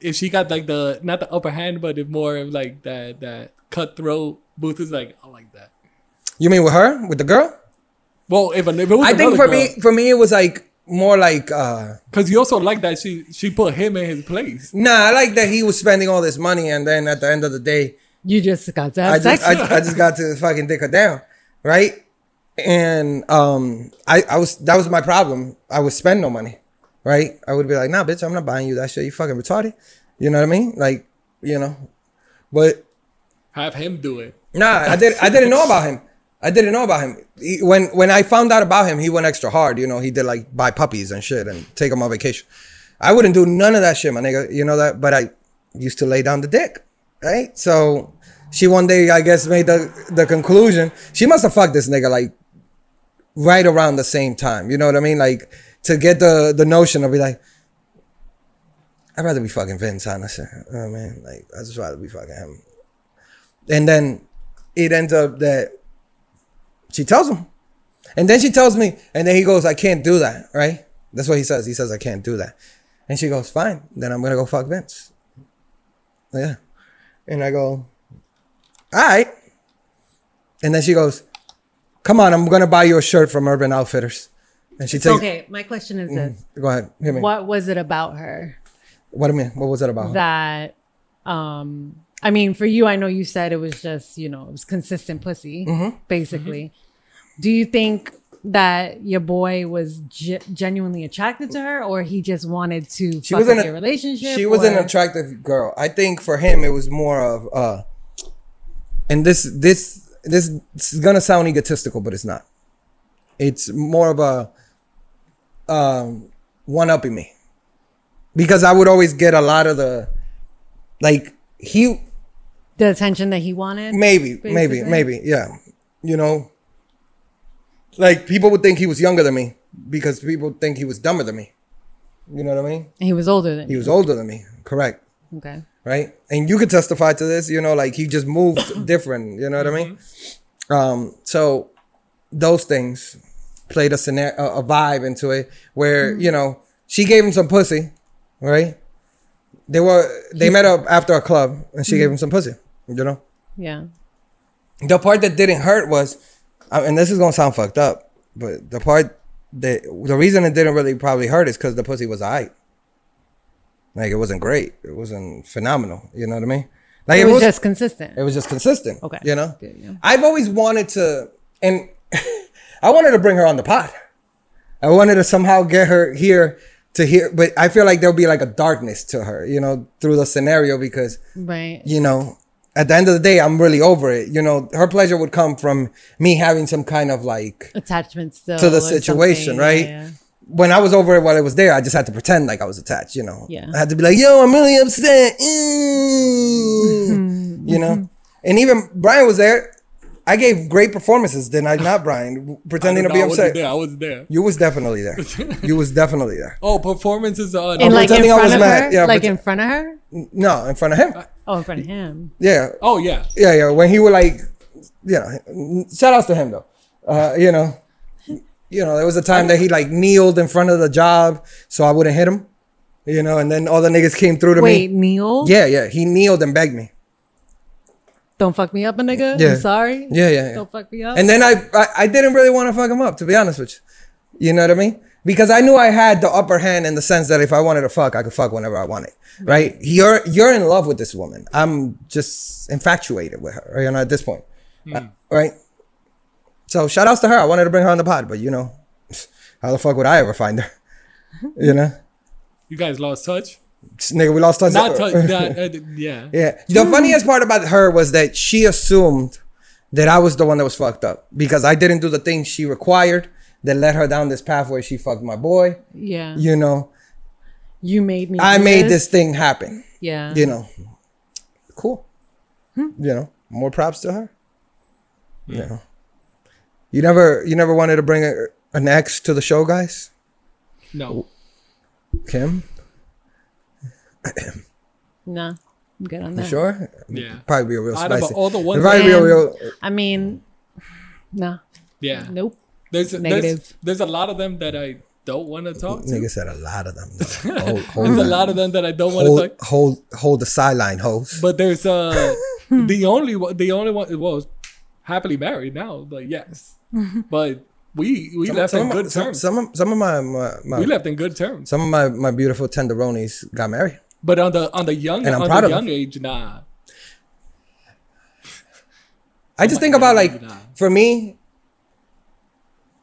if she got like the not the upper hand, but if more of like that that cutthroat. Booth is like I like that. You mean with her, with the girl? Well, if, a, if it was I think for me, me for me, it was like more like uh because you also like that she she put him in his place. nah. I like that he was spending all this money, and then at the end of the day, You just got to have I sex. just, I, I just got to fucking dick her down, right? And um, I, I was that was my problem. I would spend no money, right? I would be like, nah, bitch, I'm not buying you that shit. You fucking retarded. You know what I mean? Like, you know, but Have him do it. nah, I did. I didn't know about him. I didn't know about him. He, when when I found out about him, he went extra hard. You know, he did like buy puppies and shit and take them on vacation. I wouldn't do none of that shit, my nigga. You know that, but I used to lay down the dick, right? So she one day, I guess, made the the conclusion. She must have fucked this nigga like right around the same time. You know what I mean? Like to get the the notion of be like, I'd rather be fucking Vince, honestly. You know what I mean, like I just rather be fucking him. And then it ends up that she tells him. And then she tells me, and then he goes, I can't do that, right? That's what he says. He says, I can't do that. And she goes, Fine, then I'm gonna go fuck Vince. Yeah. And I go, All right. And then she goes, Come on, I'm gonna buy you a shirt from Urban Outfitters. And she takes okay, my question is this: Go ahead, hear me. What, What was it about her do you mean? What was that about? that? Um, I mean, for you, I know you said it was just you know it was consistent pussy, Mm-hmm. basically. Mm-hmm. Do you think that your boy was ge- genuinely attracted to her, or he just wanted to fuck was up in a- your relationship? She was or- an attractive girl. I think for him it was more of uh and this this this is gonna sound egotistical, but it's not. It's more of a um one upping me. Because I would always get a lot of the like he the attention that he wanted. maybe, maybe, Basically. maybe, yeah. You know, like people would think he was younger than me because people think he was dumber than me. You know what I mean? He was older than He was older than me. Correct. you. Okay. right? And you could testify to this, you know, like he just moved different, you know what I mean? Um, so those things played a scenario, a vibe into it where you know she gave him some pussy, right? They were they met up after a club and she gave him some pussy, you know. Yeah. The part that didn't hurt was, I- and this is gonna sound fucked up, but the part that the reason it didn't really probably hurt is because the pussy was alright. Like it wasn't great, it wasn't phenomenal. You know what I mean? Like It, was, just consistent. it was just consistent. Okay. You know? Good, yeah. I've always wanted to, and I wanted to bring her on the pod. I wanted to somehow get her here to hear, but I feel like there'll be like a darkness to her, you know, through the scenario because, right. you know, at the end of the day, I'm really over it. You know, her pleasure would come from me having some kind of like, Attachment still. to the or something. situation, Yeah, right? yeah. When I was over it while I was there, I just had to pretend like I was attached, you know. Yeah. I had to be like, yo, I'm really upset. Mm. you know? And even Brian was there. I gave great performances, did I not, Brian? Pretending to No, be I wasn't upset. there. I was there. You was definitely there. you was definitely there. Oh, performances on. And like in pretending I front was of mad. her. Yeah, like pretend- in front of her. No, in front of him. Oh, in front of him. Yeah. oh yeah. Yeah, yeah. When he would like, you know, shout outs to him though. Uh, you know, you know, there was a time that he like kneeled in front of the job so I wouldn't hit him. You know, and then all the niggas came through to Wait, me. Neil. Yeah, yeah. He kneeled and begged me. Don't fuck me up, a nigga. Yeah. I'm sorry. Yeah, yeah. yeah. Don't fuck me up. And then I, I, I didn't really want to fuck him up, to be honest with you. You know what I mean? Because I knew I had the upper hand in the sense that if I wanted to fuck, I could fuck whenever I wanted, right? You're you're in love with this woman. I'm just infatuated with her, you know, at this point, Uh, right? So shout outs to her. I wanted to bring her on the pod, but you know, how the fuck would I ever find her? You know, You guys lost touch. nigga, we lost touch. Not touch. Not, uh, yeah. Yeah. Mm. The funniest part about her was that she assumed that I was the one that was fucked up because I didn't do the things she required that led her down this path where she fucked my boy. Mm. yeah. You, You know, made me. I do made this thing happen. Yeah. Mm. You know, cool. Hmm. You know, more props to her. You know, you never, you never wanted to bring a, an ex to the show, guys. Oh, No. Kim, Nah. I'm good on you that. sure? Yeah. Probably be a real Out of spicy. all the ones probably be a And- real. I mean, nah. Yeah. Nope. There's, there's Negative. there's a lot of them that I don't want to talk to. Nigga said a lot of them. though. Hold, hold There's a on. lot of them that I don't want to hold, talk. hold, hold the sideline, hoes. But there's uh the only one the only one well happily married now, but yes. But we we left some, in of my- good some, terms. Some, of- some of my, my, my- we left in good terms. some of my, my beautiful tenderonis got married. But on the on the young And I'm on proud the of young them. age, nah. I just think about Oh God, like maybe not. for me,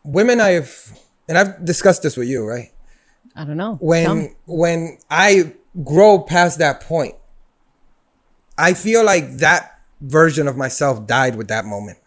women I've and I've discussed this with you, right? I don't know. Tell me. When when I grow past that point, I feel like that version of myself died with that moment.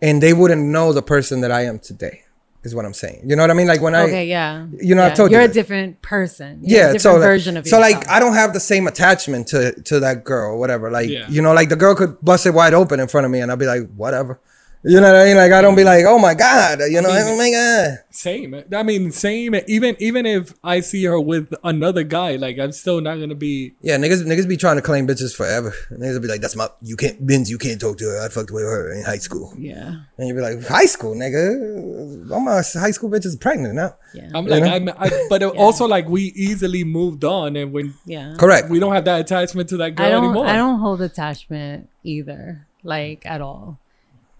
And they wouldn't know the person that I am today, is what I'm saying. You know what I mean? Like when I Okay, yeah. you know, I've Yeah. told you you're a that. different person. You're yeah, a different so like, version of so yourself. like I don't have the same attachment to to that girl or whatever. Like Yeah. you know, like the girl could bust it wide open in front of me, and I'd be like, whatever. You know what I mean? Like I don't be like, oh my god, you know, oh my god. Same. I mean same even even if I see her with another guy, like I'm still not gonna be Yeah, niggas niggas be trying to claim bitches forever. Niggas be like, that's my you can't Benz, you can't talk to her. I fucked with her in high school, yeah. and you be like, high school, nigga. All my high school bitches is pregnant now. Yeah. I'm like know? I'm I, but also like we easily moved on and when yeah. Correct. we don't have that attachment to that girl I don't anymore. I don't hold attachment either, like at all.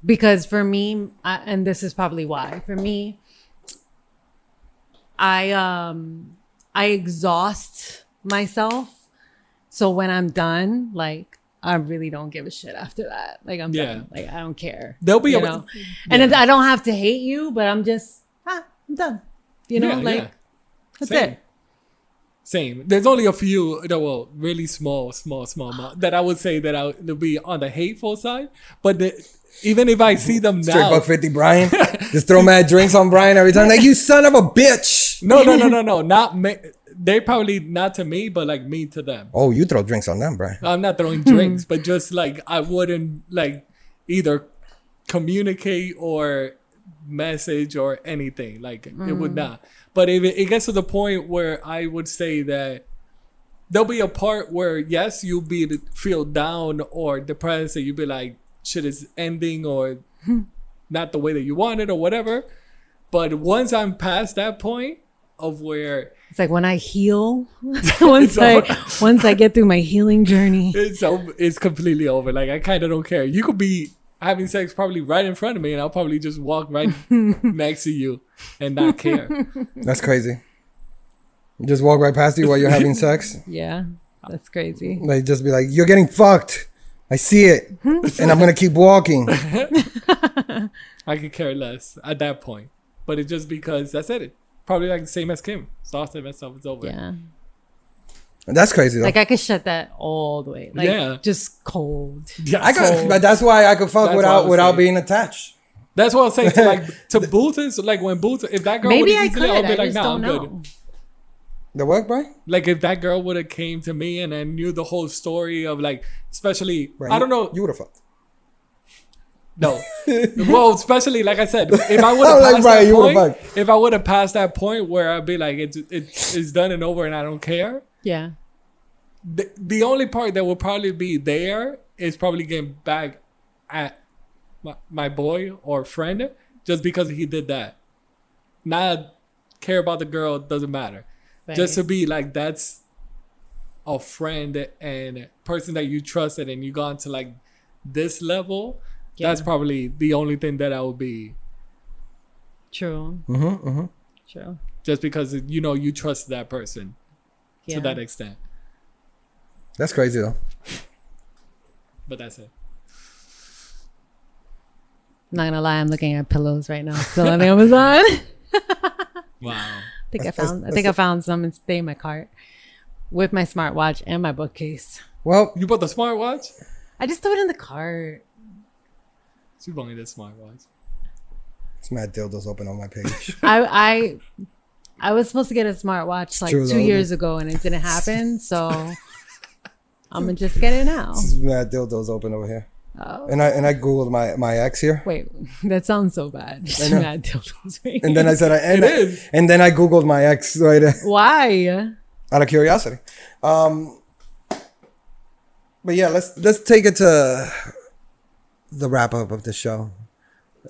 Because for me, I, and this is probably why, for me, I um I exhaust myself. So when I'm done, like I really don't give a shit after that. Like I'm Yeah. done. Like I don't care. There'll be you a- know? and it- I don't have to hate you, but I'm just ah, I'm done. You know, Yeah, like yeah. that's Same. it. Same. There's only a few, no, well, really small, small, small amount that I would say that I would be on the hateful side. But the, even if I see them Straight now, buck fifty, Brian. Just throw mad drinks on Brian every time. Like you son of a bitch. no, no, no, no, no, not me. They probably not to me, but like me to them. Oh, you throw drinks on them, Brian. I'm not throwing drinks, but just like I wouldn't like either communicate or message or anything. Like it would not. But if it, it gets to the point where I would say that there'll be a part where yes, you'll be feel down or depressed, and you'll be like, shit is ending or not the way that you wanted or whatever. But once I'm past that point of where It's like when I heal, once I over. once I get through my healing journey. it's over, it's completely over. Like I kind of don't care. You could be having sex probably right in front of me, and I'll probably just walk right next to you and not care. That's crazy. Just walk right past you while you're having sex. Yeah, that's crazy. Like just be like, "You're getting fucked. I see it, and I'm gonna keep walking." I could care less at that point. But it's just because I said it. Probably like the same as Kim. Exhausted myself. It's over. Yeah, That's crazy. Though. like I could shut that all the way. Like Yeah. just cold. Yeah, I could, so but that's why I could fuck That's what I without was without saying. being attached. that's what I'm saying. To like to Booters, like when Booters, if that girl would Maybe I have could. easily, I'll I be just like, nah, I'm don't know. good. The work, boy. Like if that girl would have came to me and I knew the whole story of like, especially Right, I you- don't know, You would have fucked. No. well, especially like I said, if I would have I'm like, passed Brian, that you were point, if I would have passed that point where I'd be like, it's it's it's done and over, and I don't care. Yeah, The, the only part that will probably be there is probably getting back at my, my boy or friend just because he did that. Not care about the girl doesn't matter. Just to Right. be like that's a friend and person that you trusted and you gone to like this level. That's Yeah. probably the only thing that I would be true, Mm-hmm, mm-hmm. true. just because you know you trust that person Yeah. to that extent. That's crazy though. But that's it. Not gonna lie, I'm looking at pillows right now, still on Amazon. I Wow. think I That's- that's- found. I think I found some and stay in my cart with my smartwatch and my bookcase. Well, You bought the smartwatch? I just threw it in the cart. She bought me the smartwatch. it's mad dildos open on my page. I I I was supposed to get a smartwatch like too two loud. years ago and it didn't happen, so I'm gonna just get it now. it's mad dildos open over here. Oh. And I and I googled my my ex here, Wait, that sounds so bad. know. Mad dildos right and then I said, I, and, It is. and then I googled my ex right uh, here. why? out of curiosity. Um, but yeah, let's let's take it to the wrap up of the show.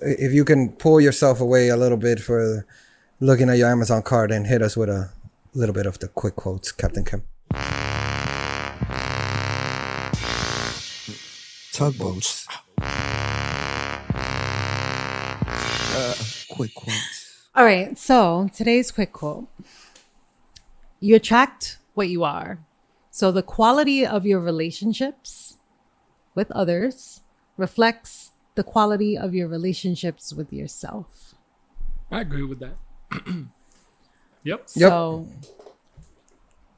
I- If you can pull yourself away a little bit for looking at your Amazon card and hit us with a little bit of the quick quotes, Captain Kim. Tugboats. Uh, quick quotes. All right, so today's quick quote. You attract what you are. So the quality of your relationships with others reflects the quality of your relationships with yourself. I agree with that. yep. Yep. So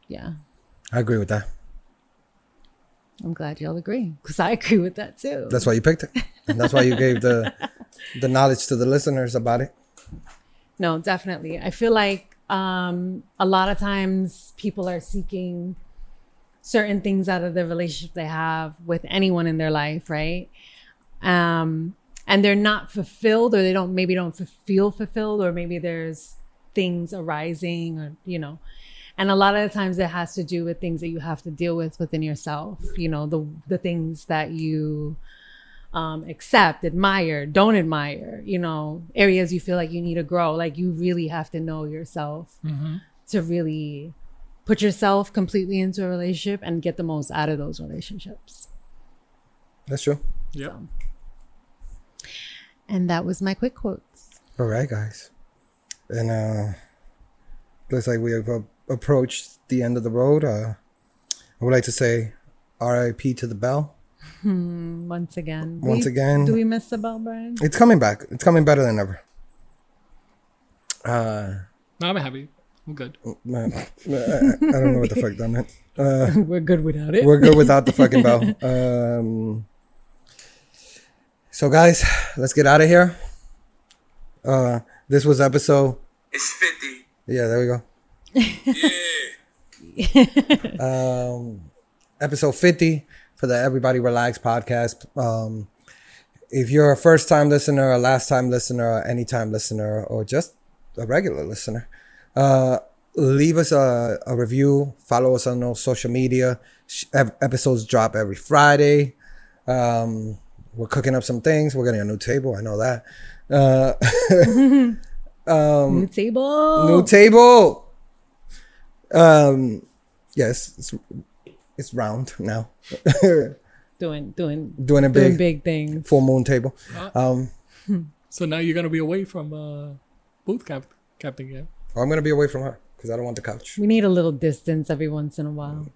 yeah. I agree with that. I'm glad y'all agree because I agree with that too. That's why you picked it. And that's why you gave the the knowledge to the listeners about it. no, definitely. I feel like um, a lot of times people are seeking certain things out of the relationship they have with anyone in their life, right? Um, and they're not fulfilled, or they don't maybe don't f- feel fulfilled, or maybe there's things arising, or you know. And a lot of the times it has to do with things that you have to deal with within yourself. You know, the the things that you um, accept, admire, don't admire, you know, areas you feel like you need to grow. Like you really have to know yourself to really put yourself completely into a relationship and get the most out of those relationships. That's true. Yep. And that was my quick quotes. All right, guys. And uh looks like we have uh, approached the end of the road. Uh I would like to say RIP to the bell. Once again. Once We- again. Do we miss the bell, Brian? It's coming back. It's coming better than ever. Uh No, I'm happy. I'm good. man, I, I don't know what the fuck that meant. Uh We're good without it. We're good without the fucking bell. Um, so, guys, let's get out of here. Uh, this was episode. It's 50. Yeah, there we go. Yeah. Um, episode 50 for the Everybody Relax podcast. Um, if you're a first time listener, a last time listener, a anytime listener, or just a regular listener, uh, leave us a, a review. Follow us on all social media. Sh- ep- Episodes drop every Friday. Um, we're cooking up some things. We're getting a new table. I know that. Uh, New table. New table. Um, yes, it's, it's round now. doing doing Doing a doing big, big things. full moon table. Um, So now you're gonna be away from uh, booth cap- captain again. I'm gonna be away from her because I don't want the couch. We need a little distance every once in a while.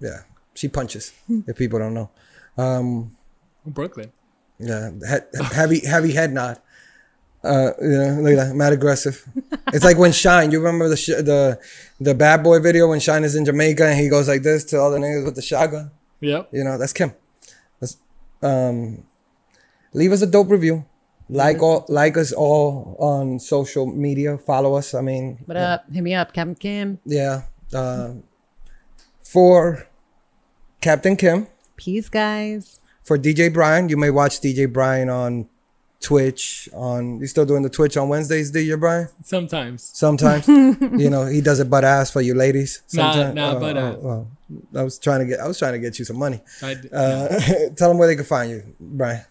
Yeah, she punches. if people don't know, um, Brooklyn. yeah, he- heavy, heavy head nod. Uh, you know, look at that, mad aggressive. It's like when Shine. You remember the sh- the the bad boy video when Shine is in Jamaica and he goes like this to all the niggas with the shotgun. Yep. you know that's kim that's, um, leave us a dope review like all like us all on social media follow us i mean What up? Hit me up, Captain Kim. yeah uh, for captain kim Peace, guys. for dj brian you may watch dj brian on twitch on you still doing the twitch on wednesdays dj brian Sometimes. sometimes you know he does a butt ass for you ladies Oh, Nah, Sometime- nah, butt ass. well, i was trying to get i was trying to get you some money I d- uh, tell them where they can find you brian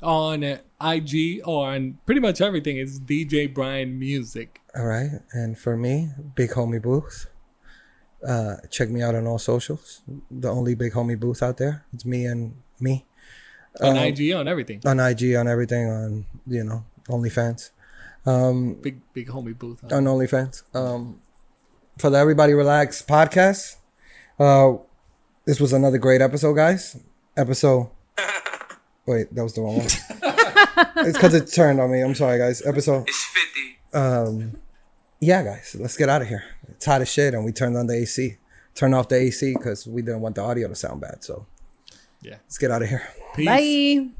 on IG or on pretty much everything is DJ Brian Music. All right. And for me, Big Homie Booth. Uh, check me out on all socials. The only Big Homie Booth out there. It's me and me On IG, on everything. on IG, on everything, on, you know, OnlyFans. Um, Big big homie booth. huh? on OnlyFans. Um, for the Everybody Relax podcast. Uh, this was another great episode, guys. Episode. Wait, that was the wrong one. it's because it turned on me. I'm sorry, guys. Episode um, It's 50. yeah, guys, let's get out of here. It's hot as shit, and we turned on the AC. Turned off the AC because we didn't want the audio to sound bad. So Yeah. let's get out of here. Peace. Bye.